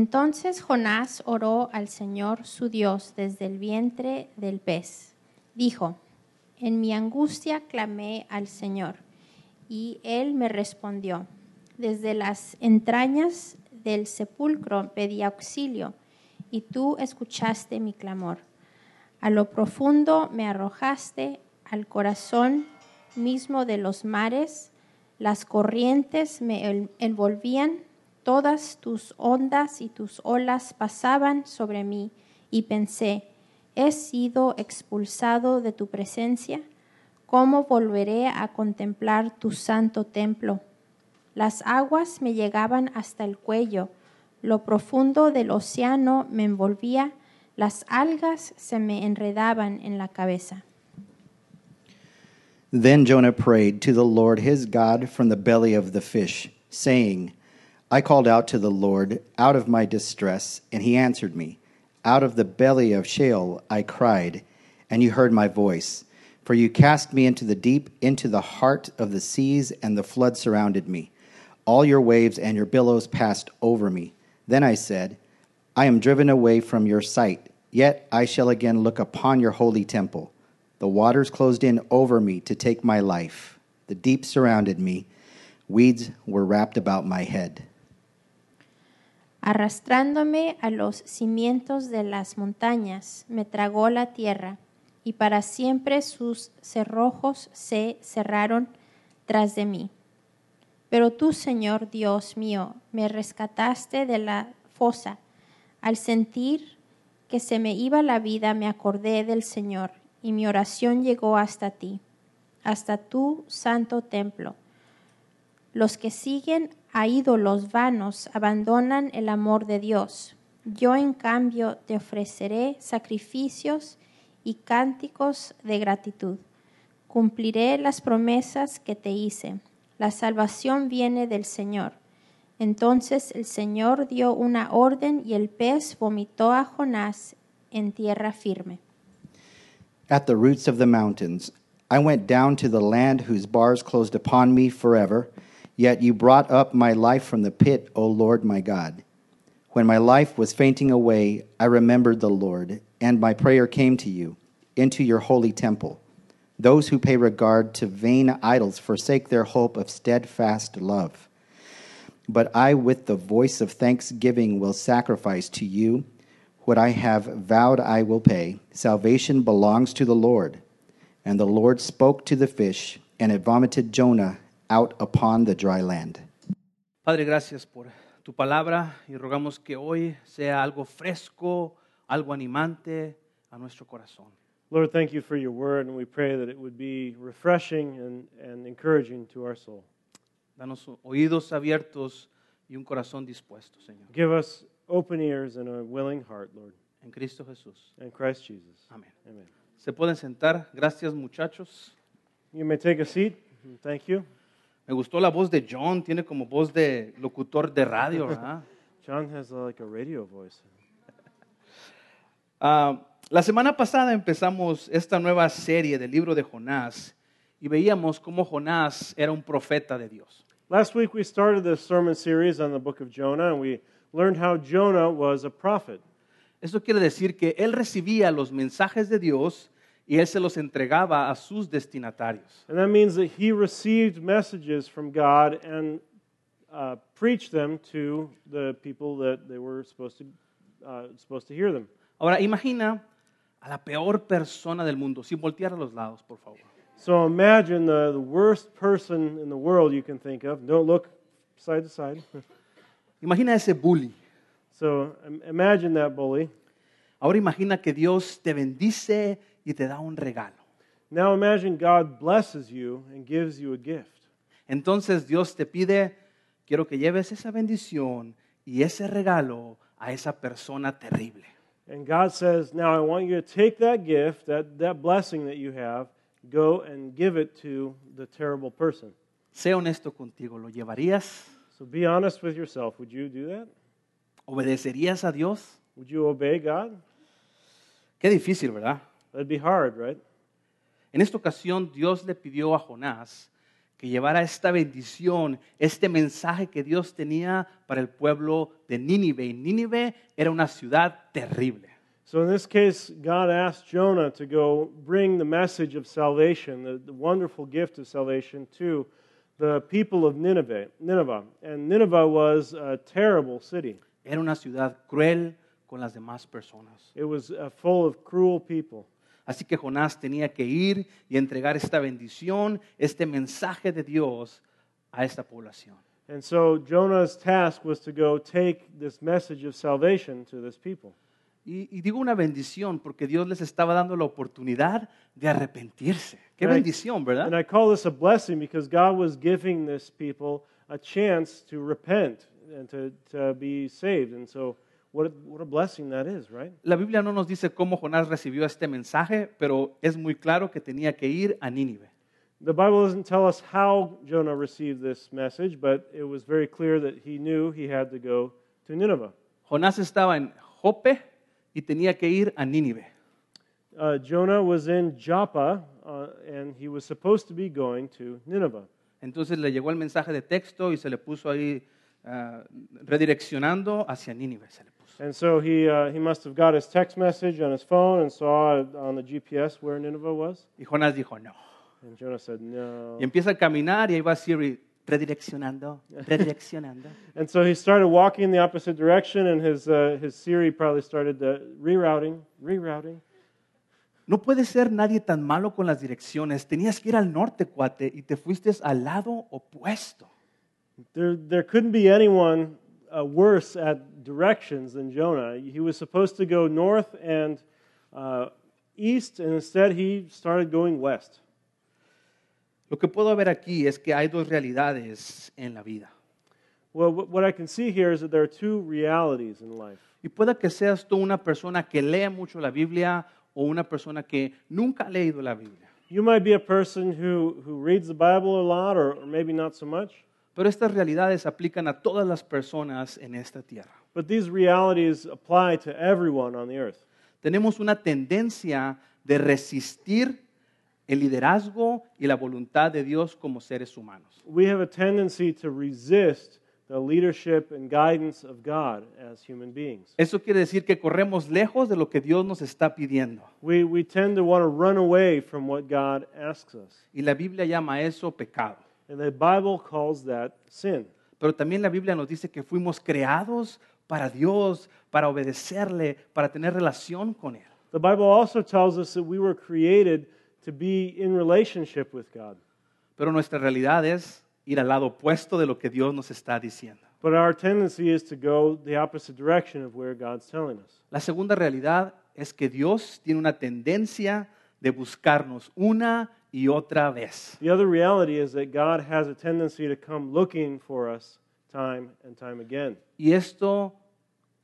Entonces Jonás oró al Señor su Dios desde el vientre del pez. Dijo, en mi angustia clamé al Señor, y él me respondió. Desde las entrañas del sepulcro pedí auxilio, y tú escuchaste mi clamor. A lo profundo me arrojaste, al corazón mismo de los mares, las corrientes me envolvían, todas tus ondas y tus olas pasaban sobre mí, y pensé, he sido expulsado de tu presencia, ¿cómo volveré a contemplar tu santo templo? Las aguas me llegaban hasta el cuello, lo profundo del océano me envolvía, las algas se me enredaban en la cabeza. Then Jonah prayed to the Lord his God from the belly of the fish, saying, I called out to the Lord out of my distress, and he answered me. Out of the belly of Sheol I cried, and you heard my voice. For you cast me into the deep, into the heart of the seas, and the flood surrounded me. All your waves and your billows passed over me. Then I said, I am driven away from your sight, yet I shall again look upon your holy temple. The waters closed in over me to take my life. The deep surrounded me. Weeds were wrapped about my head. Arrastrándome a los cimientos de las montañas, me tragó la tierra, y para siempre sus cerrojos se cerraron tras de mí. Pero tú, Señor Dios mío, me rescataste de la fosa. Al sentir que se me iba la vida, me acordé del Señor, y mi oración llegó hasta ti, hasta tu santo templo. Los que siguen a ídolos vanos abandonan el amor de Dios. Yo en cambio te ofreceré sacrificios y cánticos de gratitud. Cumpliré las promesas que te hice. La salvación viene del Señor. Entonces el Señor dio una orden y el pez vomitó a Jonás en tierra firme. At the roots of the mountains, I went down to the land whose bars closed upon me forever. Yet you brought up my life from the pit, O Lord my God. When my life was fainting away, I remembered the Lord, and my prayer came to you, into your holy temple. Those who pay regard to vain idols forsake their hope of steadfast love. But I, with the voice of thanksgiving, will sacrifice to you what I have vowed I will pay. Salvation belongs to the Lord. And the Lord spoke to the fish, and it vomited Jonah out upon the dry land. Padre, gracias por tu palabra y rogamos que hoy sea algo fresco, algo animante a nuestro corazón. Lord, thank you for your word, and we pray that it would be refreshing and, and encouraging to our soul. Danos oídos abiertos y un corazón dispuesto, Señor. Give us open ears and a willing heart, Lord, En Cristo Jesús. in Christ Jesus. Amén. Amen. Se pueden sentar. Gracias, muchachos. You may take a seat. Thank you. Me gustó la voz de John. Tiene como voz de locutor de radio, ¿verdad? John has uh, like a radio voice. Ah, la semana pasada empezamos esta nueva serie del libro de Jonás y veíamos cómo Jonás era un profeta de Dios. Last week we started this sermon series on the book of Jonah, and we learned how Jonah was a prophet. Eso quiere decir que él recibía los mensajes de Dios y él se los entregaba a sus destinatarios. And that means that he received messages from God and uh, preached them to the people that they were supposed to, uh, supposed to hear them. Ahora imagina a la peor persona del mundo, sin voltear a los lados, por favor. So imagine the, the worst person in the world you can think of. Don't look side to side. Imagina ese bully. so im- imagine that bully. Ahora imagina que Dios te bendice y te da un regalo. Now imagine God blesses you and gives you a gift. Entonces Dios te pide, quiero que lleves esa bendición y ese regalo a esa persona terrible. And God says, Now I want you to take that gift, that, that blessing that you have, go and give it to the terrible person. Sé honesto contigo, ¿lo llevarías? So be honest with yourself. Would you do that? ¿Obedecerías a Dios? Would you obey God? Qué difícil, ¿verdad? That'd be hard, right? En esta ocasión Dios le pidió a Jonás que llevara esta bendición, este mensaje que Dios tenía para el pueblo de Nínive. Y Nínive era una ciudad terrible. So in this case, God asked Jonah to go bring the message of salvation, the, the wonderful gift of salvation, to the people of Nineveh. Nineveh, and Nineveh was a terrible city. Era una ciudad cruel con las demás personas. It was uh, full of cruel people. Así que Jonás tenía que ir y entregar esta bendición, este mensaje de Dios a esta población. And so Jonah's task was to go take this message of salvation to this people. Y, y digo una bendición porque Dios les estaba dando la oportunidad de arrepentirse. Qué And I- bendición, ¿verdad? And I call this a blessing because God was giving this people a chance to repent and to, to be saved. And so, what a, what a blessing that is, right? La Biblia no nos dice cómo Jonás recibió este mensaje, pero es muy claro que tenía que ir a Nínive. The Bible doesn't tell us how Jonah received this message, but it was very clear that he knew he had to go to Nineveh. Jonás estaba en Jope y tenía que ir a Nínive. Uh, Jonah was in Joppa, uh, and he was supposed to be going to Nineveh. Entonces le llegó el mensaje de texto y se le puso ahí ah, redireccionando hacia Nínive. Se le puso. And so he, uh, he must have got his text message on his phone and saw on the GPS where Nineveh was. Y Jonás dijo, no. And Jonah said, No. Y empieza a caminar y ahí va Siri redireccionando, redireccionando. And so he started walking in the opposite direction, and his, uh, his Siri probably started uh, rerouting, rerouting. No puede ser nadie tan malo con las direcciones. Tenías que ir al norte, cuate, y te fuiste al lado opuesto. There, there couldn't be anyone uh, worse at directions than Jonah. He was supposed to go north and uh, east, and instead he started going west. Lo que puedo ver aquí es que hay dos realidades en la vida. Well, wh- what I can see here is that there are two realities in life. Y pueda que seas tú una persona que lee mucho la Biblia o una persona que nunca ha leído la Biblia. You might be a person who, who reads the Bible a lot, or, or maybe not so much, Pero estas realidades aplican a todas las personas en esta tierra. but these realities apply to everyone on the earth. Tenemos una tendencia de resistir el liderazgo y la voluntad de Dios como seres humanos. we have a tendency to resist the leadership and guidance of God as human beings. Eso quiere decir que corremos lejos de lo que Dios nos está pidiendo. We, we tend to want to run away from what God asks us. Y la Biblia llama eso pecado. And the Bible calls that sin. Pero también la Biblia nos dice que fuimos creados para Dios, para obedecerle, para tener relación con Él. The Bible also tells us that we were created to be in relationship with God. Pero nuestra realidad es ir al lado opuesto de lo que Dios nos está diciendo. But our tendency is to go the opposite direction of where God's telling us. La segunda realidad es que Dios tiene una tendencia de buscarnos una y otra vez. The other reality is that God has a tendency to come looking for us time and time again. Y esto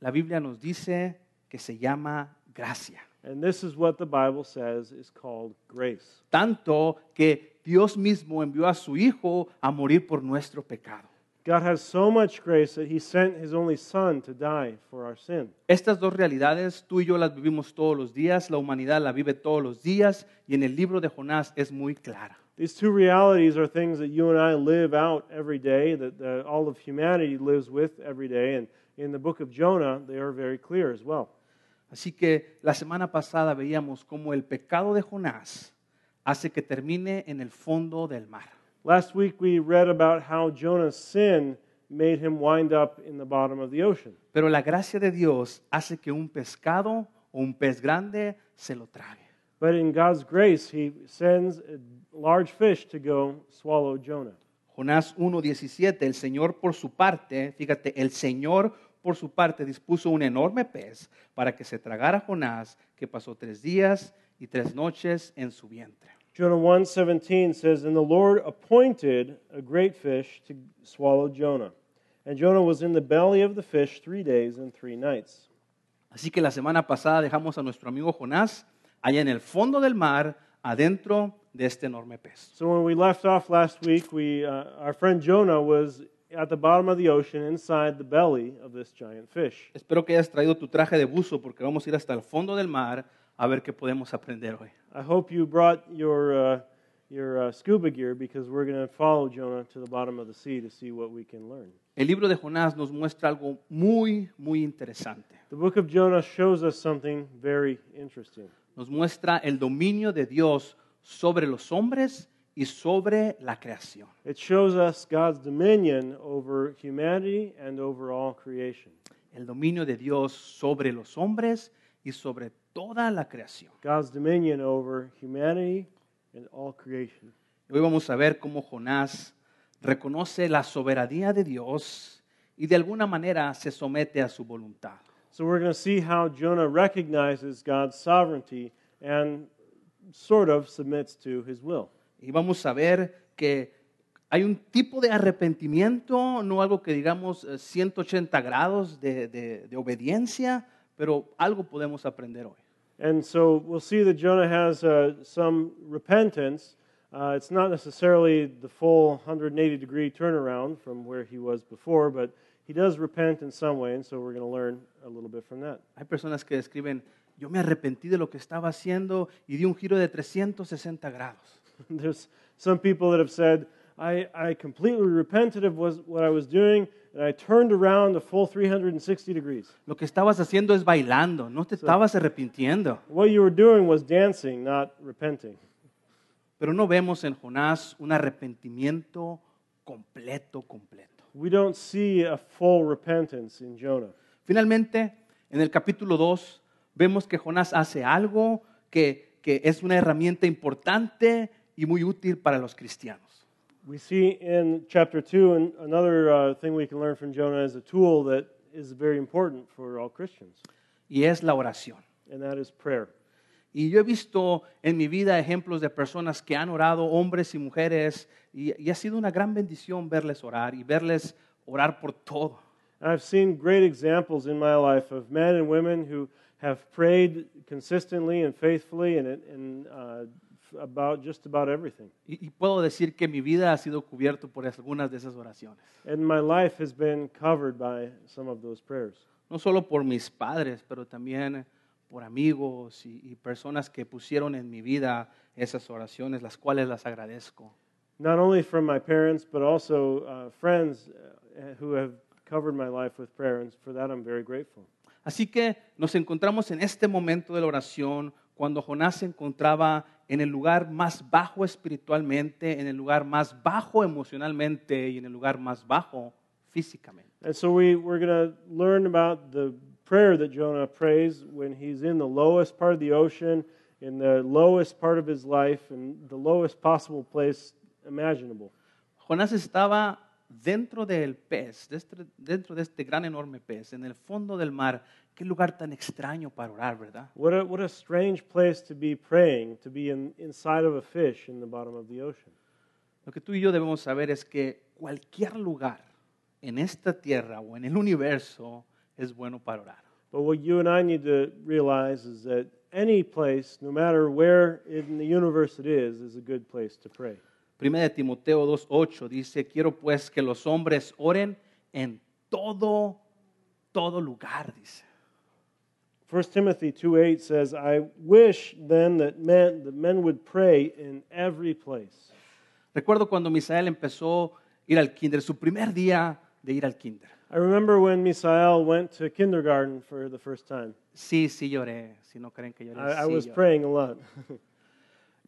la Biblia nos dice que se llama gracia. And this is what the Bible says is called grace. Tanto que Dios mismo envió a su Hijo a morir por nuestro pecado. God has so much grace that he sent his only son to die for our sin. Estas dos realidades tú y yo las vivimos todos los días, la humanidad la vive todos los días y en el libro de Jonás es muy clara. These two realities are things that you and I live out every day, that uh, all of humanity lives with every day. And in the book of Jonah, they are very clear as well. Así que la semana pasada veíamos cómo el pecado de Jonás hace que termine en el fondo del mar. Last week, we read about how Jonah's sin made him wind up in the bottom of the ocean. Pero la gracia de Dios hace que un pescado o un pez grande se lo trague. But in God's grace, he sends a large fish to go swallow Jonah. Jonás 1.17, el Señor por su parte, fíjate, el Señor por su parte dispuso un enorme pez para que se tragara a Jonás, que pasó tres días y tres noches en su vientre. Jonah 1:17 says, "And the Lord appointed a great fish to swallow Jonah. And Jonah was in the belly of the fish 3 days and 3 nights." Así que la semana pasada dejamos a nuestro amigo Jonás allá en el fondo del mar, adentro de este enorme pez. So when we left off last week, we uh, our friend Jonah was at the bottom of the ocean inside the belly of this giant fish. Espero que hayas traído tu traje de buzo porque vamos a ir hasta el fondo del mar a ver qué podemos aprender hoy. I hope you brought your uh, your uh, scuba gear because we're going to follow Jonah to the bottom of the sea to see what we can learn. El libro de Jonás nos muestra algo muy, muy interesante. The book of Jonah shows us something very interesting. Nos muestra el dominio de Dios sobre los hombres y sobre la creación. It shows us God's dominion over humanity and over all creation. El dominio de Dios sobre los hombres y sobre toda la creación. God's dominion over humanity and all creation. Hoy vamos a ver cómo Jonás reconoce la soberanía de Dios y de alguna manera se somete a su voluntad. So we're going to see how Jonah recognizes God's sovereignty and sort of submits to his will. Y vamos a ver que hay un tipo de arrepentimiento, no algo que digamos eh, 180 grados de, de- de obediencia, pero algo podemos aprender hoy. And so we'll see that Jonah has uh, some repentance. Uh, it's not necessarily the full 180 degree turnaround from where he was before, but he does repent in some way, and so we're going to learn a little bit from that. Hay personas que describen, yo me arrepentí de lo que estaba haciendo y di un giro de 360 grados. There's some people that have said, I, I completely repented of was, what I was doing, and I turned around a full 360 degrees. Lo que estabas haciendo es bailando, no te estabas arrepintiendo. What you were doing was dancing, not repenting. Pero no vemos en Jonás un arrepentimiento completo, completo. We don't see a full repentance in Jonah. Finalmente, en el capítulo 2, vemos que Jonás hace algo que, que es una herramienta importante y muy útil para los cristianos. We see in chapter 2, and another uh, thing we can learn from Jonah is a tool that is very important for all Christians, Y es la oración. and that is prayer. Y yo he visto en mi vida ejemplos de personas que han orado, hombres y mujeres, y, y ha sido una gran bendición verles orar y verles orar por todo. And I've seen great examples in my life of men and women who have prayed consistently and faithfully and, it- and uh, f- about just about everything. Y, y puedo decir que mi vida ha sido cubierta por algunas de esas oraciones. And my life has been covered by some of those prayers. No solo por mis padres, pero también por amigos y, y personas que pusieron en mi vida esas oraciones, las cuales las agradezco. Not only from my parents, but also uh, friends uh, who have covered my life with prayer, and for that I'm very grateful. Así que nos encontramos en este momento de la oración cuando Jonás se encontraba en el lugar más bajo espiritualmente, en el lugar más bajo emocionalmente y en el lugar más bajo físicamente. And so we, we're going to learn about the prayer that Jonah prays when he's in the lowest part of the ocean, in the lowest part of his life, and the lowest possible place imaginable. Jonás estaba dentro del pez, de este- dentro de este gran enorme pez, en el fondo del mar. Qué lugar tan extraño para orar, ¿verdad? What a, what a strange place to be praying, to be in, inside of a fish in the bottom of the ocean. Lo que tú y yo debemos saber es que cualquier lugar en esta tierra o en el universo es bueno para orar. But what you and I need to realize is that any place, no matter where in the universe it is, is a good place to pray. Primera de Timoteo 2.8 dice, quiero pues que los hombres oren en todo, todo lugar, dice. 1 Timothy 2:8 says, "I wish then that men that men would pray in every place." Recuerdo cuando Misael empezó a ir al kinder, su primer día de ir al kinder. I remember when Misael went to kindergarten for the first time. Sí, sí lloré, si no creen que lloré, I, I sí was lloré. praying a lot.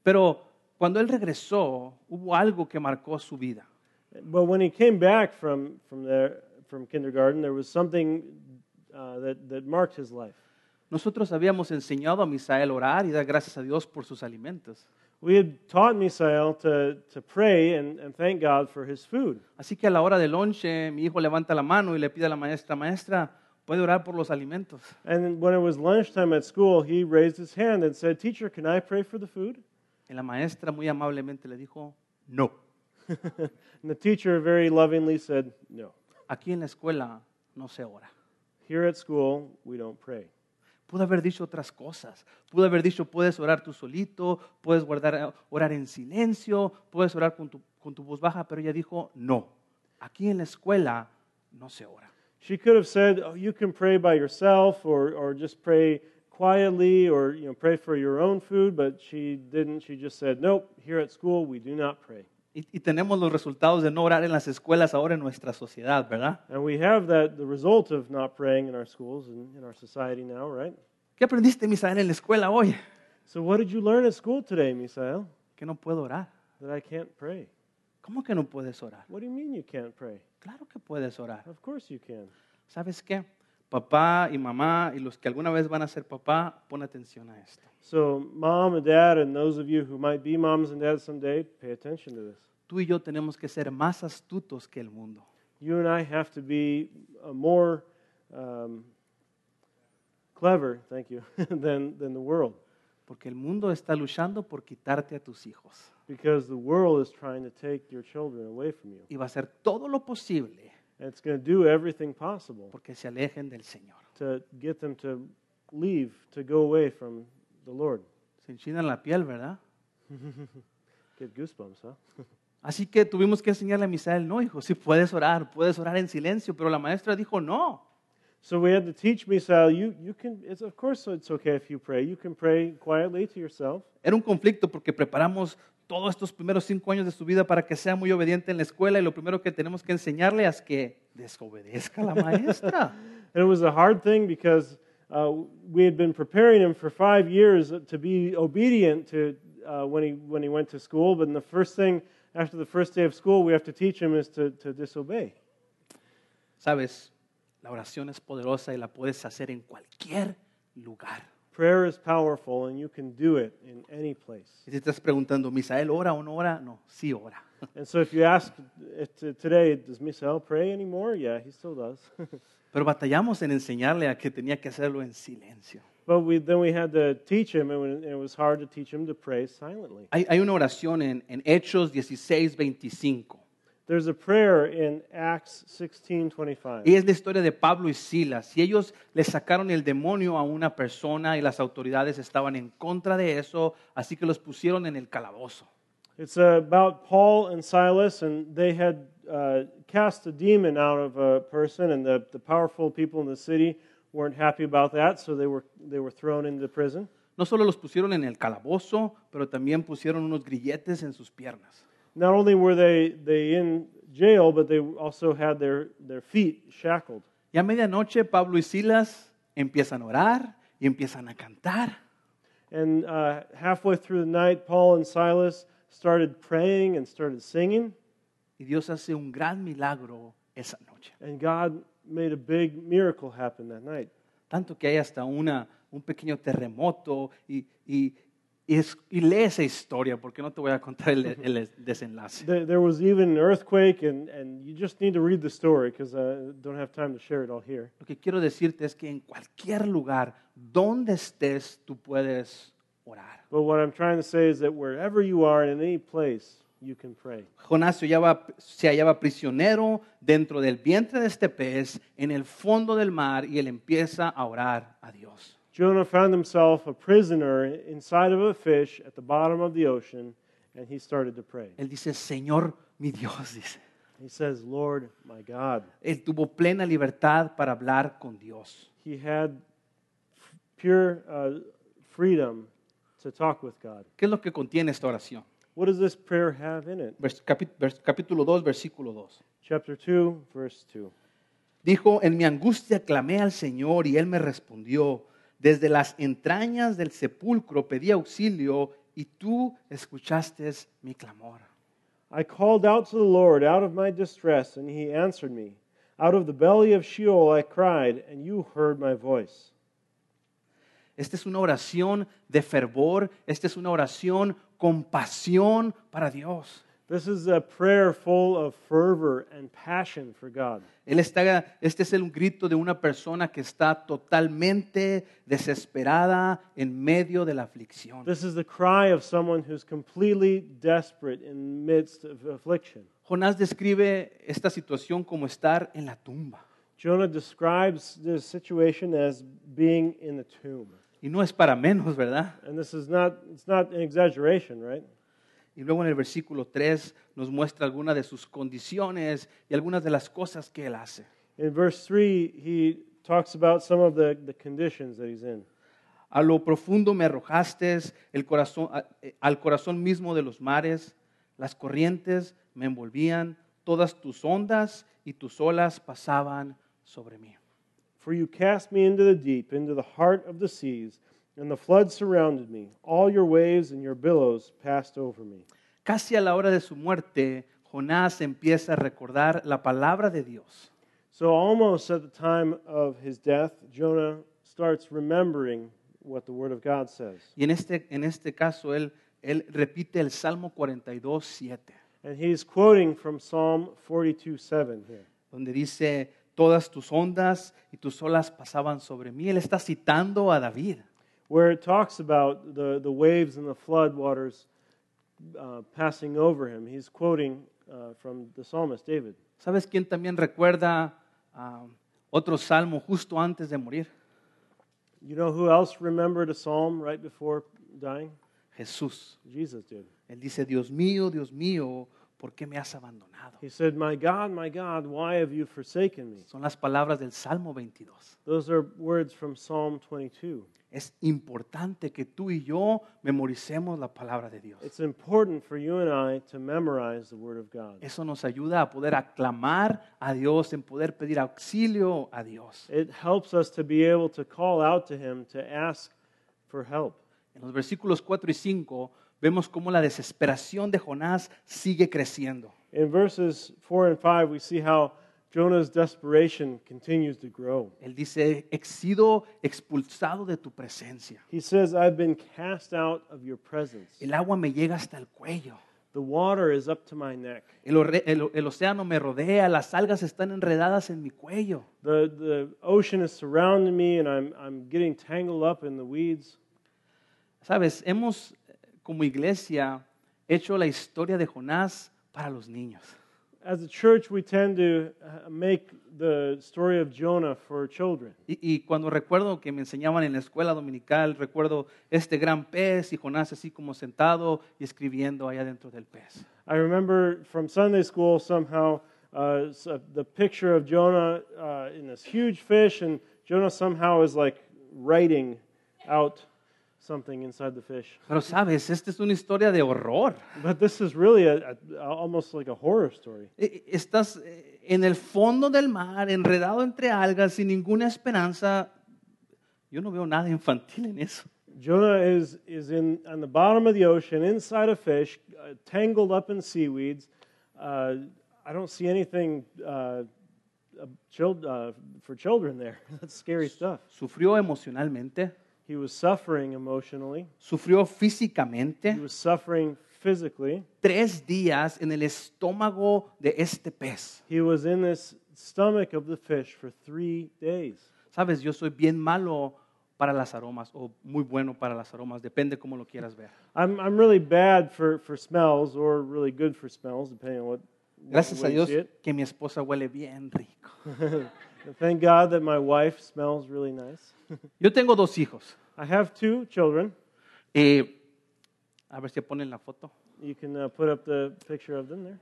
Pero cuando él regresó, hubo algo que marcó su vida. but when he came back from from there from kindergarten, there was something uh, that that marked his life. Nosotros habíamos enseñado a Misael a orar y dar gracias a Dios por sus alimentos. We had taught Misael to to pray and, and thank God for his food. Así que a la hora del lonche, mi hijo levanta la mano y le pide a la maestra, maestra, ¿puede orar por los alimentos? And when it was lunchtime at school, he raised his hand and said, "Teacher, can I pray for the food?" Y la maestra muy amablemente le dijo, no. And the teacher very lovingly said, No. Aquí en la escuela no se ora. Here at school, we don't pray. Pudo haber dicho otras cosas. Pudo haber dicho, puedes orar tú solito, puedes guardar, orar en silencio, puedes orar con tu, con tu voz baja, pero ella dijo, no. Aquí en la escuela no se ora. She could have said, Oh, you can pray by yourself or, or just pray quietly or you know, pray for your own food, but she didn't. She just said, nope, here at school, we do not pray. Y, y tenemos los resultados de no orar en las escuelas ahora en nuestra sociedad, ¿verdad? And we have that, the result of not praying in our schools and in our society now, right? ¿Qué aprendiste, Misael, en la escuela hoy? So, what did you learn at school today, Misael? Que no puedo orar. That I can't pray. ¿Cómo que no puedes orar? What do you mean you can't pray? Claro que puedes orar. Of course you can. ¿Sabes qué? Papá y mamá y los que alguna vez van a ser papá, pon atención a esto. So, mom and dad, and those of you who might be moms and dads someday, pay attention to this. Tú y yo tenemos que ser más astutos que el mundo. You and I have to be uh, more um, clever, thank you, than, than the world, Porque el mundo está luchando por quitarte a tus hijos. because the world is trying to take your children away from you. Y va a hacer todo lo posible And it's going to do everything possible porque se alejen del Señor. to get them to leave, to go away from the Lord. Se enchinan la piel, ¿verdad? Get goosebumps, huh? Así que tuvimos que enseñarle a Misael, no, hijo, sí puedes orar, puedes orar en silencio, pero la maestra dijo, no, So we had to teach Misael, you, you can, it's, of course it's okay if you pray. You can pray quietly to yourself. Era un conflicto porque preparamos todos estos primeros cinco años de su vida para que sea muy obediente en la escuela y lo primero que tenemos que enseñarle es que desobedezca a la maestra. And it was a hard thing because uh, we had been preparing him for five years to be obedient to uh, when, he, when he went to school. But the first thing after the first day of school, we have to teach him is to, to disobey. Sabes, la oración es poderosa y la puedes hacer en cualquier lugar. Prayer is powerful, and you can do it in any place. Y si estás preguntando, ¿Misael ora o no ora? No, sí ora. And so, if you ask if t- today, does Misael pray anymore? Yeah, he still does. Pero batallamos en enseñarle a que tenía que hacerlo en silencio. but we, then we had to teach him, and when- and it was hard to teach him to pray silently. Hay, hay una oración en, en Hechos 16, 25. There's a prayer in Acts 16:25. Y es la historia de Pablo y Silas. Y ellos le sacaron el demonio a una persona y las autoridades estaban en contra de eso, así que los pusieron en el calabozo. It's about Paul and Silas, and they had uh, cast a demon out of a person, and the, the powerful people in the city weren't happy about that, so they were, they were thrown into prison. No solo los pusieron en el calabozo, pero también pusieron unos grilletes en sus piernas. Not only were they, they in jail, but they also had their, their feet shackled. Y a medianoche Pablo y Silas empiezan a orar y empiezan a cantar. And uh, halfway through the night, Paul and Silas started praying and started singing, Y Dios hace un gran milagro esa noche. and God made a big miracle happen that night. Tanto que hay hasta una, un pequeño terremoto y, y, y es- y lee esa historia porque no te voy a contar el, el desenlace. There, there was even an earthquake, and, and you just need to read the story because I don't have time to share it all here. Lo que quiero decirte es que en cualquier lugar, donde estés, tú puedes orar. But what I'm trying to say is that wherever you are and in any place, you can pray. Jonás se hallaba, se hallaba prisionero dentro del vientre de este pez, en el fondo del mar, y él empieza a orar a Dios. Jonah found himself a prisoner inside of a fish at the bottom of the ocean, and he started to pray. Él dice, Señor, mi Dios, dice. He says, Lord, my God. Él tuvo plena libertad para hablar con Dios. He had f- pure uh, freedom to talk with God. ¿Qué es lo que contiene esta oración? What does this prayer have in it? Vers- capi- vers- capítulo 2, versículo 2. Chapter 2, verse 2. Dijo, en mi angustia clamé al Señor y Él me respondió. Desde las entrañas del sepulcro pedí auxilio y tú escuchaste mi clamor. I called out to the Lord out of my distress, and he answered me. Out of the belly of Sheol I cried, and you heard my voice. Esta es una oración de fervor, esta es una oración con pasión para Dios. This is a prayer full of fervor and passion for God. Él está, este es el grito de una persona que está totalmente desesperada en medio de la aflicción. This is the cry of someone who's completely desperate in midst of affliction. Jonás describe esta situación como estar en la tumba. Jonah describes this situation as being in the tomb. Y no es para menos, ¿verdad? And this is not it's not an exaggeration, right? Y luego en el versículo 3 nos muestra algunas de sus condiciones y algunas de las cosas que él hace. In verse 3, he talks about some of the, the conditions that he's in. A lo profundo me arrojaste, el corazón, a- eh, al corazón mismo de los mares. Las corrientes me envolvían, todas tus ondas y tus olas pasaban sobre mí. For you cast me into the deep, into the heart of the seas, and the flood surrounded me. All your waves and your billows passed over me. Casi a la hora de su muerte, Jonás empieza a recordar la palabra de Dios. So, almost at the time of his death, Jonah starts remembering what the Word of God says. Y en este, en este caso, él, él repite el Salmo 42, 7, And he's quoting from Psalm 42 7 here. donde dice, todas tus ondas y tus olas pasaban sobre mí. Él está citando a David. where it talks about the, the waves and the flood waters uh, passing over him. He's quoting uh, from the psalmist David. ¿Sabes quién también recuerda ah, otro salmo justo antes de morir? You know who else remembered a psalm right before dying? Jesús. Jesus did. Él dice, Dios mío, Dios mío, ¿por qué me has abandonado? He said, My God, my God, why have you forsaken me? Son las palabras del Salmo 22. Those are words from Psalm 22. Es importante que tú y yo memoricemos la palabra de Dios. It's important for you and I to memorize the Word of God. Eso nos ayuda a poder aclamar a Dios, en poder pedir auxilio a Dios. It helps us to be able to call out to Him to ask for help. En los versículos 4 y 5 vemos cómo la desesperación de Jonás sigue creciendo. In verses 4 and 5, we see how Jonah's desperation continues to grow. Él dice, he sido expulsado de tu presencia. He says, I've been cast out of your presence. El agua me llega hasta el cuello. The water is up to my neck. El, orre- el- el océano me rodea, las algas están enredadas en mi cuello. The, the ocean is surrounding me, and I'm, I'm getting tangled up in the weeds. Sabes, hemos eh, como iglesia hecho la historia de Jonás para los niños. As a church, we tend to uh, make the story of Jonah for children. Y, y cuando recuerdo que me enseñaban en la escuela dominical, recuerdo este gran pez y Jonás así como sentado y escribiendo allá dentro del pez. I remember from Sunday school somehow uh, s- uh, the picture of Jonah uh, in this huge fish, and Jonah somehow is like writing out something inside the fish. Pero sabes, esta es una historia de horror. But this is really a, a- almost like a horror story. Eh, eh, Estás eh, en el fondo del mar, enredado entre algas, sin ninguna esperanza. Yo no veo nada infantil en eso. Jonah is, is in, on the bottom of the ocean, inside a fish, uh, tangled up in seaweeds. Uh, I don't see anything uh, uh, child, uh, for children there. That's scary stuff. Sufrió emocionalmente, He was suffering emotionally. sufrió He físicamente was suffering physically. tres días en el estómago de este pez. He was in this stomach of the fish for three days. Sabes, yo soy bien malo para las aromas o muy bueno para las aromas, depende cómo lo quieras ver. I'm, I'm really bad for, for smells, or really good for smells, depending on what. Gracias what a way you Dios see it. que mi esposa huele bien rico. And Thank God that my wife smells really nice. Yo tengo dos hijos. I have two children. Eh, a ver si ponen la foto. You can uh, put up the picture of them there.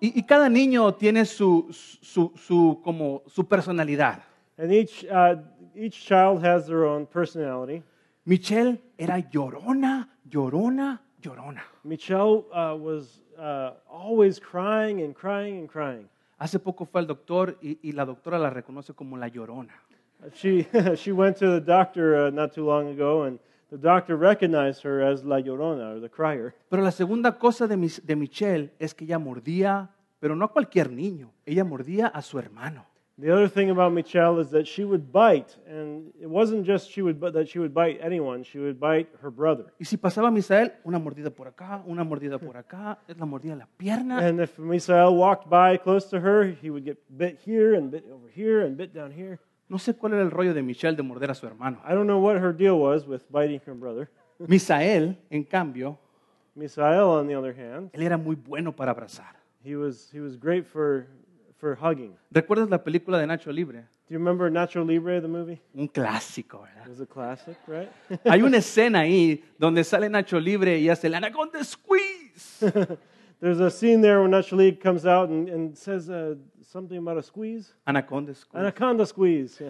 Y, y cada niño tiene su, su, su- como, su personalidad. And each, uh, each child has their own personality. Michelle era llorona, llorona, llorona. Michelle uh, was uh, always crying and crying and crying. Hace poco fue al doctor y, y la doctora la reconoce como la llorona. She, she went to the doctor uh, not too long ago, and the doctor recognized her as La Llorona, or the crier. Pero la segunda cosa de, mis- de Michelle es que ella mordía, pero no a cualquier niño, ella mordía a su hermano. The other thing about Michelle is that she would bite, and it wasn't just she would, bu- that she would bite anyone, she would bite her brother. Y si pasaba Misael, una mordida por acá, una mordida por acá, es la mordida en la pierna. And if Misael walked by close to her, he would get bit here and bit over here and bit down here. No sé cuál era el rollo de Michelle de morder a su hermano. I don't know what her deal was with biting her brother. Misael, en cambio, Misael, on the other hand, él era muy bueno para abrazar. he was, he was great for, for hugging. ¿Recuerdas la película de Nacho Libre? Do you remember Nacho Libre, the movie? Un clásico, It ¿verdad? was a classic, right? Hay una escena ahí donde sale Nacho Libre y hace el anaconda squeeze. There's a scene there when Nacho Libre comes out and, and says uh, something about a squeeze. Anaconda squeeze. Anaconda squeeze.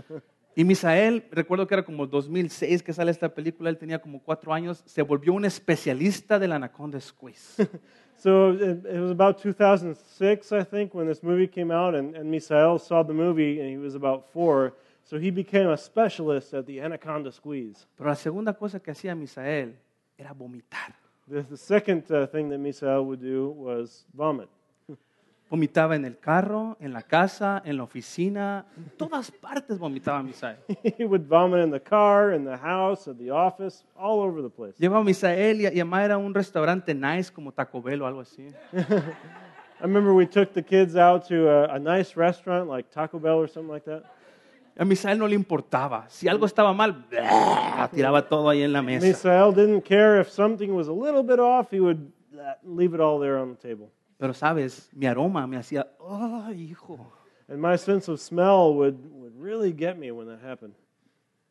Y Misael, recuerdo que era como 2006 que sale esta película, él tenía como cuatro años, se volvió un especialista del anaconda squeeze. So it, it was about 2006, I think, when this movie came out, and, and Misael saw the movie, and he was about four. So he became a specialist at the anaconda squeeze. Pero la segunda cosa que hacía Misael era vomitar. The, the second uh, thing that Misael would do was vomit. Vomitaba en el carro, en la casa, en la oficina, en todas partes vomitaba Misael. he would vomit in the car, in the house, at the office, all over the place. Llevaba a Misael y a, y a Mayra a un restaurante nice como Taco Bell o algo así. I remember we took the kids out to a, a nice restaurant like Taco Bell or something like that. A Misael no le importaba. Si algo estaba mal, ¡blah! tiraba todo ahí en la mesa. Misael didn't care if something was a little bit off, he would uh, leave it all there on the table. Pero sabes, mi aroma me hacía, ¡ay, hijo! And my sense of smell would, would really get me when that happened.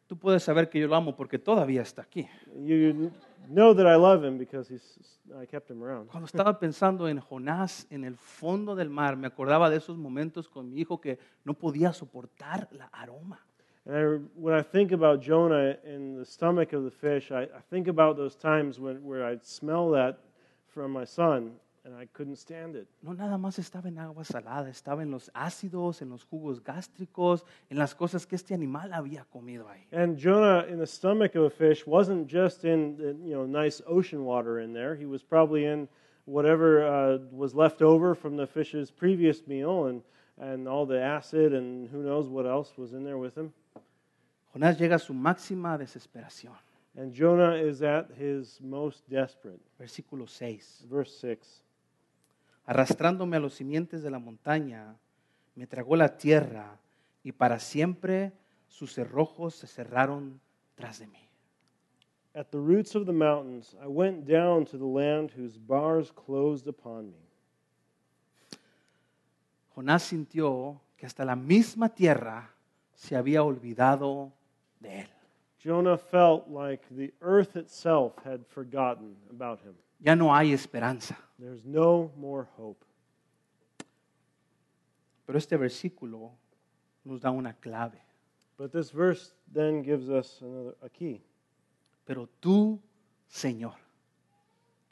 Tú puedes saber que yo lo amo porque todavía está aquí. You know that I love him because he's, I kept him around. Cuando estaba pensando en Jonás en el fondo del mar, me acordaba de esos momentos con mi hijo que no podía soportar la aroma. And I, when I think about Jonah in the stomach of the fish, I, I think about those times when, where I'd smell that from my son and I couldn't stand it. No nada más estaba en agua salada, estaba en los ácidos, en los jugos gástricos, en las cosas que este animal había comido ahí. And Jonah in the stomach of a fish wasn't just in the, you know nice ocean water in there. He was probably in whatever uh, was left over from the fish's previous meal and and all the acid and who knows what else was in there with him. Jonás llega a su máxima desesperación. And Jonah is at his most desperate. Versículo 6. Verse 6. Arrastrándome a los simientes de la montaña, me tragó la tierra y para siempre sus cerrojos se cerraron tras de mí. At the roots of the mountains, I went down to the land whose bars closed upon me. Jonás sintió que hasta la misma tierra se había olvidado de él. Jonah felt like the earth itself had forgotten about him. Ya no hay esperanza. There's no more hope. Pero este versículo nos da una clave. But this verse then gives us another a key. Pero tú, Señor,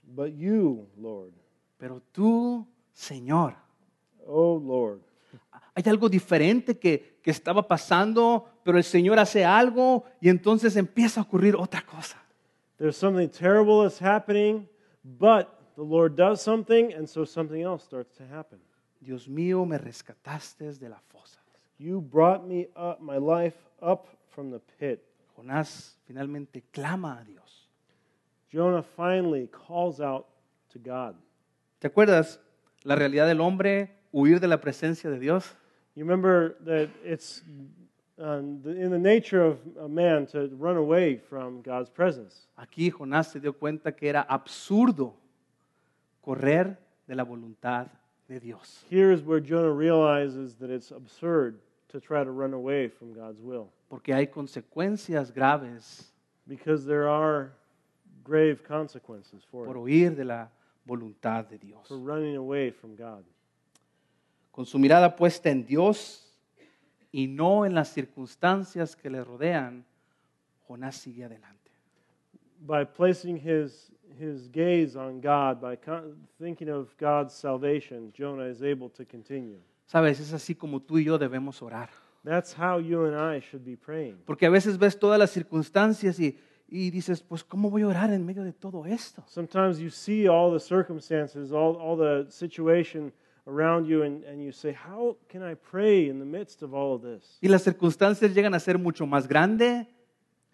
But you, Lord, pero tú, Señor. O Lord, Hay algo diferente que, que estaba pasando, pero el Señor hace algo y entonces empieza a ocurrir otra cosa. there's something terrible that's happening, but the Lord does something, and so something else starts to happen. Dios mío, me rescataste de la fosa. You brought me up, my life up from the pit. Jonás finalmente clama a Dios. Jonah finally calls out to God. ¿Te acuerdas la realidad del hombre huir de la presencia de Dios? You remember that it's um, the, in the nature of a man to run away from God's presence. Aquí Jonás se dio cuenta que era absurdo correr de la voluntad de Dios. Here is where Jonah realizes that it's absurd to try to run away from God's will porque hay consecuencias graves because there are grave consequences for por it, huir de la voluntad de Dios. for running away from God. Con su mirada puesta en Dios y no en las circunstancias que le rodean, Jonás sigue adelante. By placing his, his gaze on God, by con- thinking of God's salvation, Jonah is able to continue. Sabes, es así como tú y yo debemos orar. That's how you and I should be praying. Porque a veces ves todas las circunstancias y, y dices, pues ¿cómo voy a orar en medio de todo esto? Sometimes you see all the circumstances, all, all the situation around you, and, and you say, How can I pray in the midst of all of this? Y las circunstancias llegan a ser mucho más grande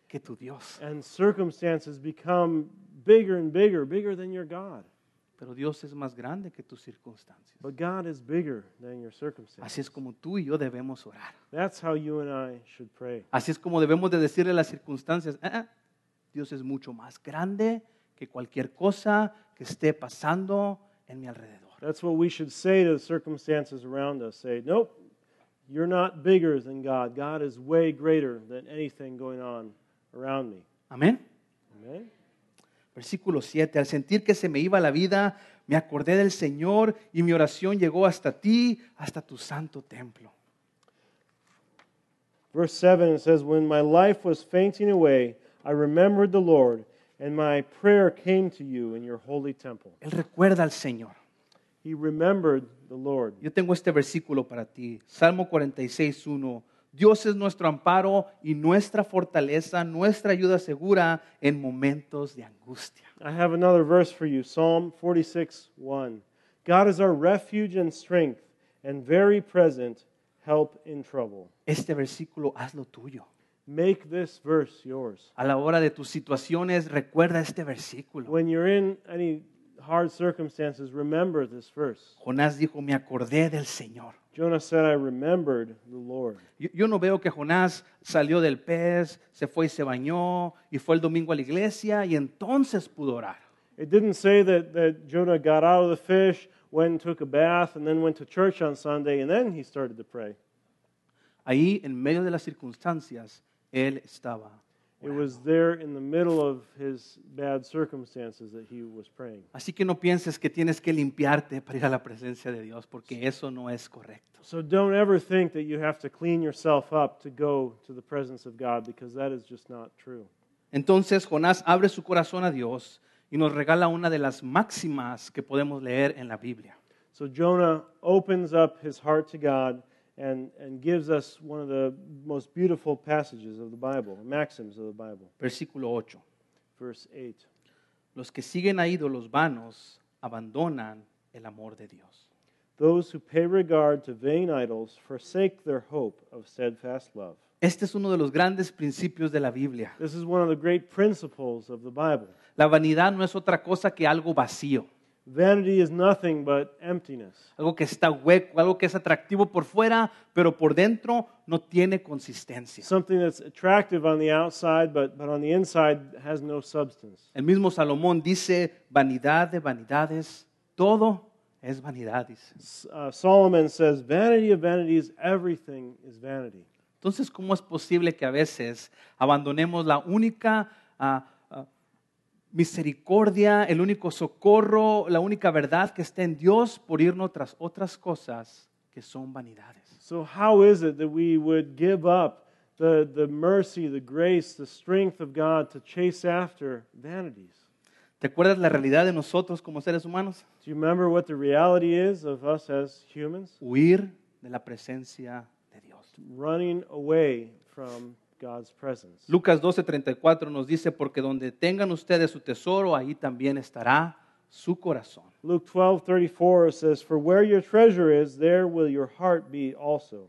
que tu Dios. And circumstances become bigger and bigger, bigger than your God. Pero Dios es más grande que tus circunstancias. But God is bigger than your circumstances. Así es como tú y yo debemos orar. That's how you and I should pray. Así es como debemos de decirle a las circunstancias, "Ah, ah, Dios es mucho más grande que cualquier cosa que esté pasando en mi alrededor. That's what we should say to the circumstances around us. Say, Nope, you're not bigger than God. God is way greater than anything going on around me. Amén. Amen? Versículo 7, al sentir que se me iba la vida, me acordé del Señor y mi oración llegó hasta ti, hasta tu santo templo. Verse 7 it says, When my life was fainting away, I remembered the Lord, and my prayer came to you in your holy temple. Él recuerda al Señor. He remembered the Lord. Yo tengo este versículo para ti, Salmo 46, 1. Dios es nuestro amparo y nuestra fortaleza, nuestra ayuda segura en momentos de angustia. I have another verse for you Psalm 46 1. God is our refuge and strength, and very present help in trouble. Este versículo hazlo tuyo. Make this verse yours. A la hora de tus situaciones, recuerda este versículo. When you're in any hard circumstances, remember this verse. Jonás dijo, me acordé del Señor. Jonah said, I remembered the Lord. Yo, yo no veo que Jonás salió del pez, se fue y se bañó, y fue el domingo a la iglesia, y entonces pudo orar. It didn't say that, that Jonah got out of the fish, went and took a bath, and then went to church on Sunday, and then he started to pray. Ahí, en medio de las circunstancias, él estaba. It was there in the middle of his bad circumstances that he was praying. Así que no pienses que tienes que limpiarte para ir a la presencia de Dios, porque eso no es correcto. So don't ever think that you have to clean yourself up to go to the presence of God because that is just not true. Entonces Jonás abre su corazón a Dios y nos regala una de las máximas que podemos leer en la Biblia. So Jonah opens up his heart to God and, and gives us one of the most beautiful passages of the Bible, maxims of the Bible. Versículo 8. Verse 8. Los que siguen a ídolos vanos abandonan el amor de Dios. Those who pay regard to vain idols forsake their hope of steadfast love. Este es uno de los grandes principios de la Biblia. This is one of the great principles of the Bible. La vanidad no es otra cosa que algo vacío, Vanity is nothing but emptiness. algo que está hueco, algo que es atractivo por fuera, pero por dentro no tiene consistencia. Something that's attractive on the outside, but, but on the inside has no substance. El mismo Salomón dice, vanidad de vanidades, todo es vanidad, dice. uh, Solomon says, Vanity of vanities, everything is vanity. Entonces, ¿cómo es posible que a veces abandonemos la única ah, ah, misericordia, el único socorro, la única verdad que está en Dios por irnos tras otras cosas que son vanidades? So, how is it that we would give up the, the mercy, the grace, the strength of God to chase after vanities? ¿Te acuerdas la realidad de nosotros como seres humanos? Do you remember what the reality is of us as humans? Huir de la presencia de Dios. Running away from God's presence. Lucas 12:34 nos dice, porque donde tengan ustedes su tesoro, ahí también estará su corazón. Luke twelve thirty four says, For where your treasure is, there will your heart be also.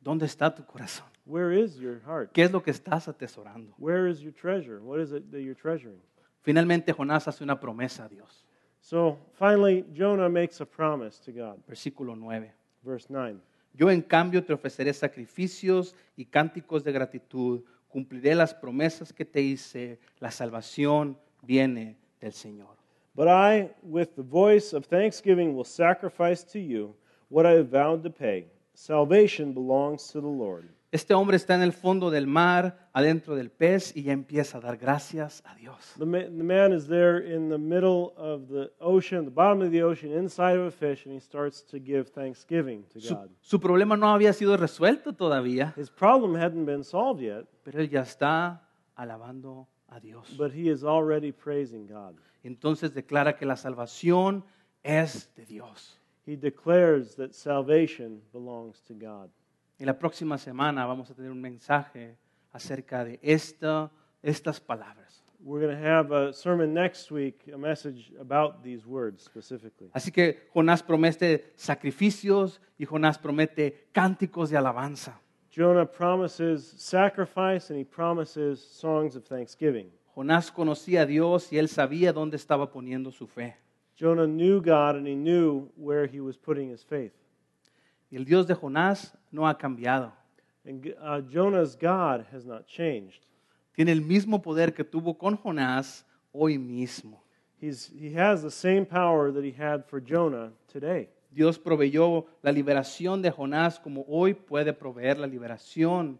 ¿Dónde está tu corazón? Where is your heart? ¿Qué es lo que estás atesorando? Where is your treasure? What is it that you're treasuring? Finalmente Jonás hace una promesa a Dios. So finally, Jonah makes a promise to God. Versículo 9. Verse 9 Yo en cambio te ofreceré sacrificios y cánticos de gratitud, cumpliré las promesas que te hice, la salvación viene del Señor. But I, with the voice of thanksgiving, will sacrifice to you what I have vowed to pay. Salvation belongs to the Lord. Este hombre está en el fondo del mar, adentro del pez, y ya empieza a dar gracias a Dios. The, ma- the man is there in the middle of the ocean, the bottom of the ocean, inside of a fish, and he starts to give thanksgiving to Su, God. su problema no había sido resuelto todavía, His problem hadn't been solved yet, pero él ya está alabando a Dios. but he is already praising God. Entonces declara que la salvación es de Dios. He declares that salvation belongs to God. Y la próxima semana vamos a tener un mensaje acerca de esta- estas palabras. We're going to have a sermon next week, a message about these words specifically. Así que Jonás promete sacrificios y Jonás promete cánticos de alabanza. Jonah promises sacrifice and he promises songs of thanksgiving. Jonás conocía a Dios y él sabía dónde estaba poniendo su fe. Jonah knew God and he knew where he was putting his faith. Y el Dios de Jonás no ha cambiado. And uh, Jonah's God has not changed. Tiene el mismo poder que tuvo con Jonás hoy mismo. He's, he has the same power that he had for Jonah today. Dios proveyó la liberación de Jonás como hoy puede proveer la liberación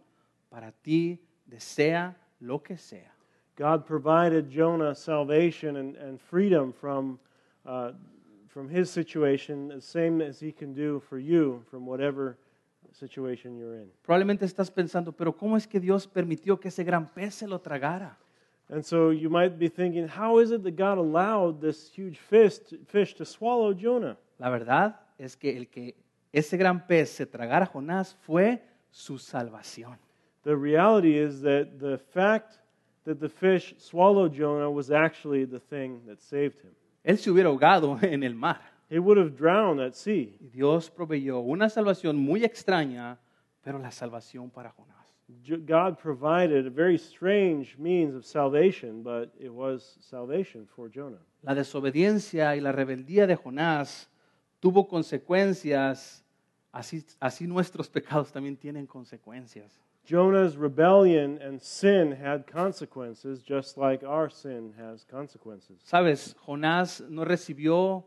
para ti, desea lo que sea. God provided Jonah salvation and, and freedom from, uh, from his situation, the same as he can do for you from whatever situation you're in. Probablemente estás pensando, pero ¿cómo es que Dios permitió que ese gran pez se lo tragara? And so you might be thinking, how is it that God allowed this huge fish, fish to swallow Jonah? La verdad es que el que ese gran pez se tragara a Jonás fue su salvación. The reality is that the fact that the fish swallowed Jonah was actually the thing that saved him. Él se hubiera ahogado en el mar. He would have drowned at sea. Y Dios proveyó una salvación muy extraña, pero la salvación para Jonás. J- God provided a very strange means of salvation, but it was salvation for Jonah. La desobediencia y la rebeldía de Jonás tuvo consecuencias, así, así nuestros pecados también tienen consecuencias. Jonah's rebellion and sin had consequences, just like our sin has consequences. Sabes, Jonás no recibió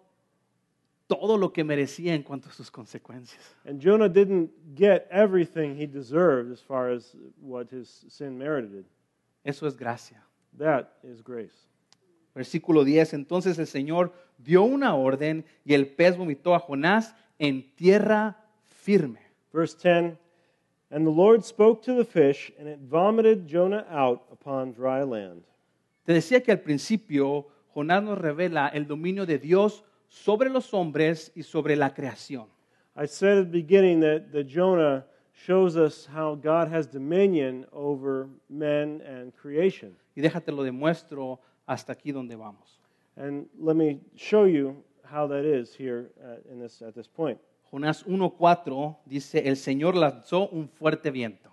todo lo que merecía en cuanto a sus consecuencias. And Jonah didn't get everything he deserved as far as what his sin merited. Eso es gracia. That is grace. Versículo 10, entonces el Señor dio una orden y el pez vomitó a Jonás en tierra firme. Verse 10 And the Lord spoke to the fish, and it vomited Jonah out upon dry land. Te decía que al principio Jonás nos revela el dominio de Dios sobre los hombres y sobre la creación. I said at the beginning that, that Jonah shows us how God has dominion over men and creation. Y déjate lo demuestro hasta aquí donde vamos. And let me show you how that is here at, in this, at this point. Jonás 1.4 dice, el Señor lanzó un fuerte viento.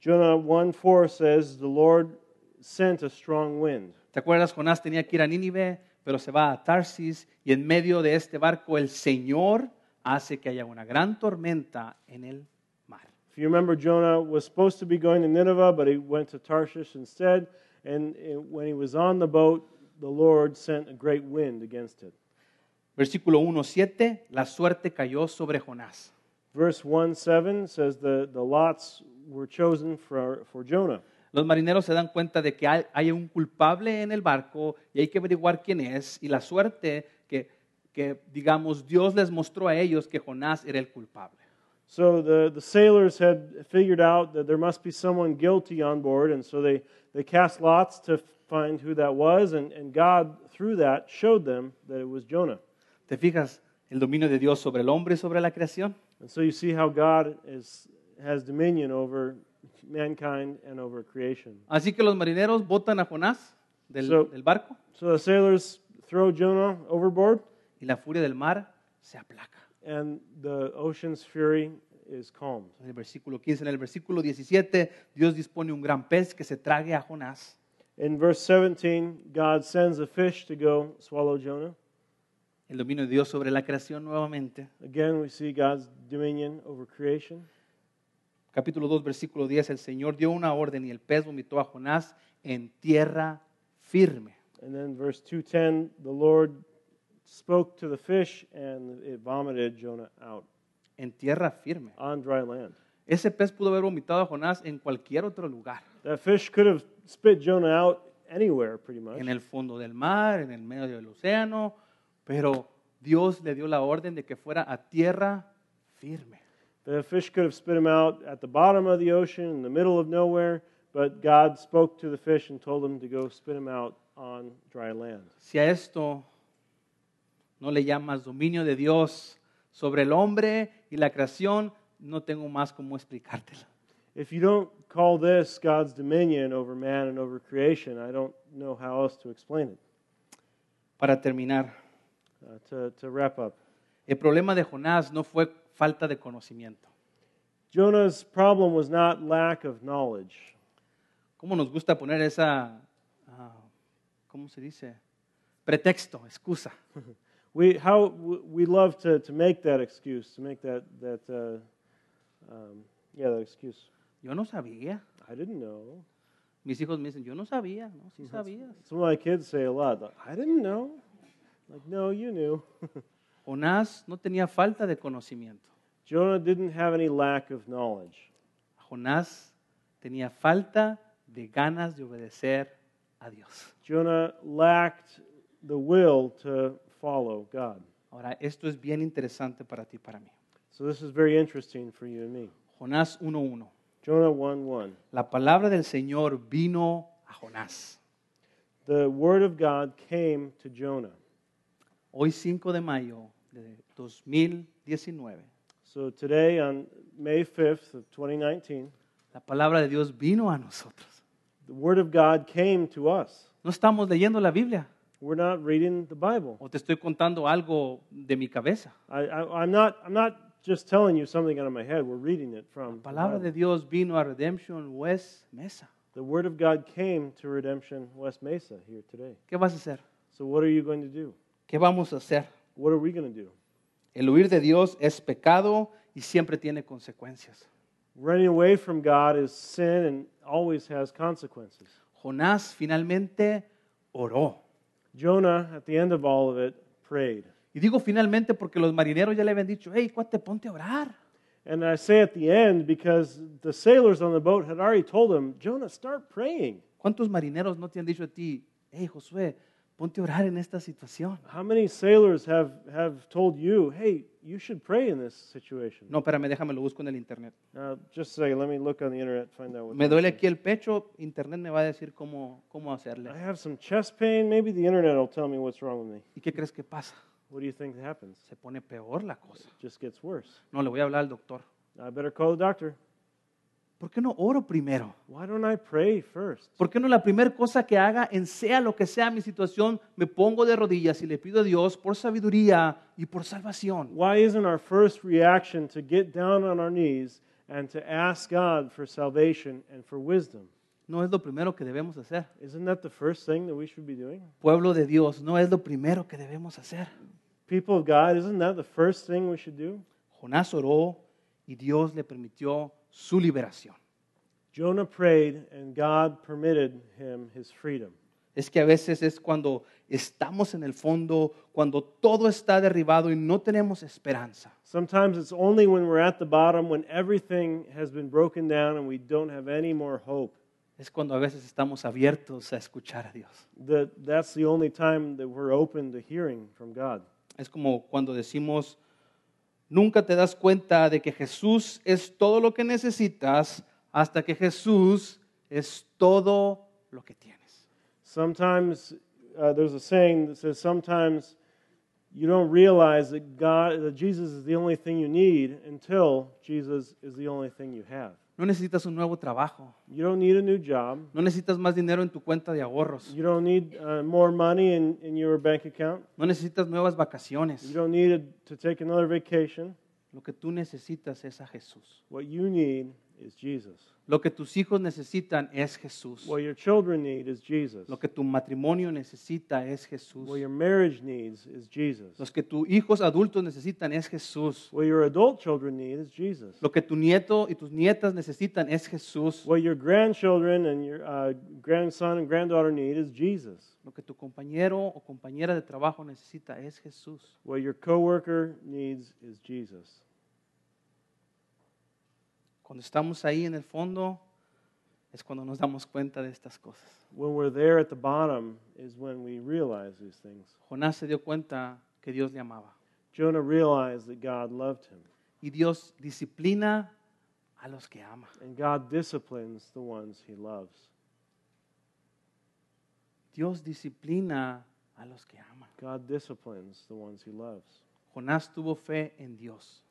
Jonah 1 4 says, The Lord sent a strong wind. ¿Te acuerdas? Jonás tenía que ir a Nínive, pero se va a Tarsis y en medio de este barco el Señor hace que haya una gran tormenta en el mar. If you remember, Jonah was supposed to be going to Nineveh, but he went to Tarshish instead. And uh, when he was on the boat, the Lord sent a great wind against it. Versículo 1.7, la suerte cayó sobre Jonás. Verse 1 7 says, The, the lots were chosen for, for Jonah. Los marineros se dan cuenta de que hay, hay un culpable en el barco y hay que averiguar quién es y la suerte que, que, digamos, Dios les mostró a ellos que Jonás era el culpable. So the, the sailors had figured out that there must be someone guilty on board, and so they, they cast lots to find who that was, and, and God, through that, showed them that it was Jonah. ¿Te fijas el dominio de Dios sobre el hombre y sobre la creación? And so you see how God is, has dominion over mankind and over creation. Así que los marineros botan a Jonás del, So- del barco So the sailors throw Jonah overboard, y la furia del mar se aplaca. and the ocean's fury is calmed. En el versículo 15, en el versículo 17, Dios dispone un gran pez que se trague a Jonás. In verse 17, God sends a fish to go swallow Jonah. El dominio de Dios sobre la creación nuevamente. Again, we see God's dominion over creation. Capítulo 2, versículo 10, el Señor dio una orden y el pez vomitó a Jonás en tierra firme. And then verse 210, the Lord spoke to the fish, and it vomited Jonah out En tierra firme. on dry land. Ese pez pudo haber vomitado a Jonás en cualquier otro lugar. That fish could have spit Jonah out anywhere, pretty much. en el fondo del mar, en el medio del océano, pero Dios le dio la orden de que fuera a tierra firme. The fish could have spit him out at the bottom of the ocean, in the middle of nowhere, but God spoke to the fish and told him to go spit him out on dry land. Si a esto no le llamas dominio de Dios sobre el hombre y la creación, no tengo más cómo explicártelo. If you don't call this God's dominion over man and over creation, I don't know how else to explain it. Para terminar, Uh, to, to wrap up, el problema de Jonás no fue falta de conocimiento. Jonah's problem was not lack of knowledge. ¿Cómo nos gusta poner esa, ah, cómo se dice? Pretexto, excusa. We, how, we love to, to make that excuse, to make that, that uh, um, yeah, that excuse. Yo no sabía. I didn't know. Mis hijos me dicen, yo no sabía, ¿no? Sí sabías. Some of my kids say a lot, like, I didn't know. Like, no, you knew. Jonás no tenía falta de conocimiento. Jonah didn't have any lack of knowledge. Jonás tenía falta de ganas de obedecer a Dios. Jonah lacked the will to follow God. Ahora, esto es bien interesante para ti y para mí. So this is very interesting for you and me. Jonás 1.1. Jonah 1 1. La palabra del Señor vino a Jonás. The word of God came to Jonah. Hoy 5 de mayo de 2019. So today, on May 5th of 2019, La palabra de Dios vino a nosotros. the word of God came to us. No estamos leyendo la Biblia. We're not reading the Bible. O te estoy contando algo de mi cabeza. I, I, I'm, not, I'm not just telling you something out of my head. We're reading it from La the, palabra de Bible. Dios vino a Redemption West Mesa. the word of God came to Redemption West Mesa here today. ¿Qué vas a hacer? So what are you going to do? ¿Qué vamos a hacer? What are we going to do? El huir de Dios es pecado y siempre tiene consecuencias. Running away from God is sin and always has consequences. Jonás finalmente oró. Jonah, at the end of all of it, prayed. Y digo finalmente porque los marineros ya le habían dicho, hey, cuate, ponte a orar. And I say at the end because the sailors on the boat had already told him, Jonah, start praying. ¿Cuántos marineros no te han dicho a ti, hey, Josué, ponte a orar en esta situación? How many sailors have, have told you, hey, you should pray in this situation? No, espérame, déjame, lo busco en el internet. Now, just a second, let me look on the internet, find out what. Me duele aquí el pecho, internet me va a decir cómo, cómo hacerle. I have some chest pain. Maybe the internet will tell me what's wrong with me. ¿Y qué crees que pasa? What do you think happens? Se pone peor la cosa. It just gets worse. No, le voy a hablar al doctor. I better call the doctor. ¿Por qué no oro primero? Why don't I pray first? ¿Por qué no la primera cosa que haga, en sea lo que sea mi situación, me pongo de rodillas y le pido a Dios por sabiduría y por salvación? Why isn't our first reaction to get down on our knees and to ask God for salvation and for wisdom? No es lo primero que debemos hacer. Isn't that the first thing that we should be doing? Pueblo de Dios, no es lo primero que debemos hacer. People of God, isn't that the first thing we should do? Jonás oró y Dios le permitió su liberación. Jonah prayed and God permitted him his freedom. Es que a veces es cuando estamos en el fondo, cuando todo está derribado y no tenemos esperanza. Sometimes it's only when we're at the bottom, when everything has been broken down and we don't have any more hope, Es cuando a veces estamos abiertos a escuchar a Dios. that that's the only time that we're open to hearing from God. Es como cuando decimos, nunca te das cuenta de que Jesús es todo lo que necesitas hasta que Jesús es todo lo que tienes. Sometimes uh, there's a saying that says sometimes you don't realize that God, that Jesus is the only thing you need until Jesus is the only thing you have. No necesitas un nuevo trabajo, You don't need a new job. no necesitas más dinero en tu cuenta de ahorros, You don't need uh, more money in, in your bank account. no necesitas nuevas You vacaciones. don't need it to take another vacation. Lo que tú necesitas es a Jesús. What you need is Jesus. Lo que tus hijos necesitan es Jesús. What your children need is Jesus. Lo que tu matrimonio necesita es Jesús. What your marriage needs is Jesus. Los que tus hijos adultos necesitan es Jesús. What your adult children need is Jesus. Lo que tu nieto y tus nietas necesitan es Jesús. What your grandchildren and your uh, grandson and granddaughter need is Jesus. Lo que tu compañero o compañera de trabajo necesita es Jesús. What your coworker needs is Jesus. Cuando estamos ahí en el fondo es cuando nos damos cuenta de estas cosas. When we're there at the bottom is when we realize these things. Jonás se dio cuenta que Dios le amaba Jonah realized that God loved him. y Dios disciplina a los que ama. And God disciplines the ones he loves. Dios disciplina a los que ama. God disciplines the ones he loves. Jonás tuvo fe en Dios.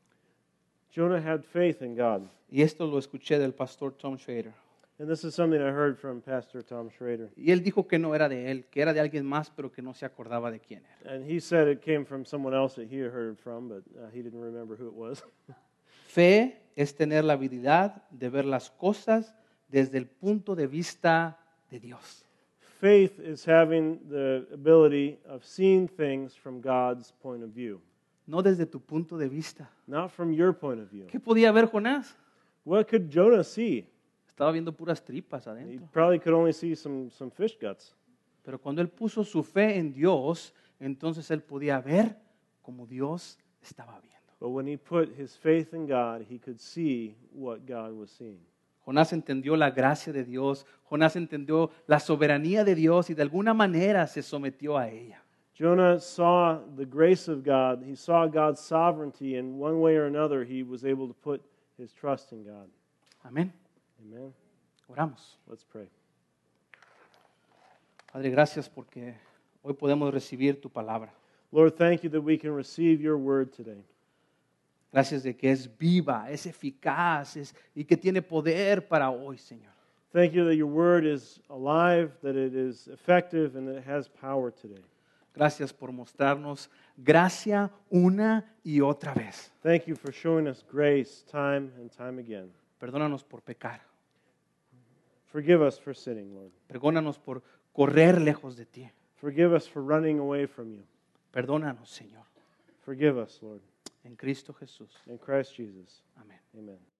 Jonah had faith in God. Y esto lo escuché del pastor Tom Schrader. And this is something I heard from Pastor Tom Schrader. Y él dijo que no era de él, que era de alguien más, pero que no se acordaba de quién era. And he said it came from someone else that he had heard it from, but uh, he didn't remember who it was. Fe es tener la habilidad de ver las cosas desde el punto de vista de Dios. faith is having the ability of seeing things from God's point of view, no desde tu punto de vista. not from your point of view. ¿Qué podía ver Jonás? What could Jonah see? Estaba viendo puras tripas He adentro. probably could only see some, some fish guts. Pero cuando él puso su fe en Dios, entonces él podía ver como Dios estaba viendo. But when he put his faith in God, he could see what God was seeing. Jonás entendió la gracia de Dios, Jonás entendió la soberanía de Dios y de alguna manera se sometió a ella. Jonah saw the grace of God. He saw God's sovereignty, and one way or another, he was able to put his trust in God. Amén. Amen. Oramos. Let's pray. Padre, gracias porque hoy podemos recibir tu palabra. Lord, thank you that we can receive your word today. Gracias de que es viva, es eficaz es- y que tiene poder para hoy, Señor. Thank you that your word is alive, that it is effective, and that it has power today. Gracias por mostrarnos gracia una y otra vez. Thank you for showing us grace time and time again. Perdónanos por pecar. Forgive us for sinning, Lord. Perdónanos por correr lejos de ti. Forgive us for running away from you. Perdónanos, Señor. Forgive us, Lord. En Cristo Jesús. In Christ Jesus. Amén. Amen.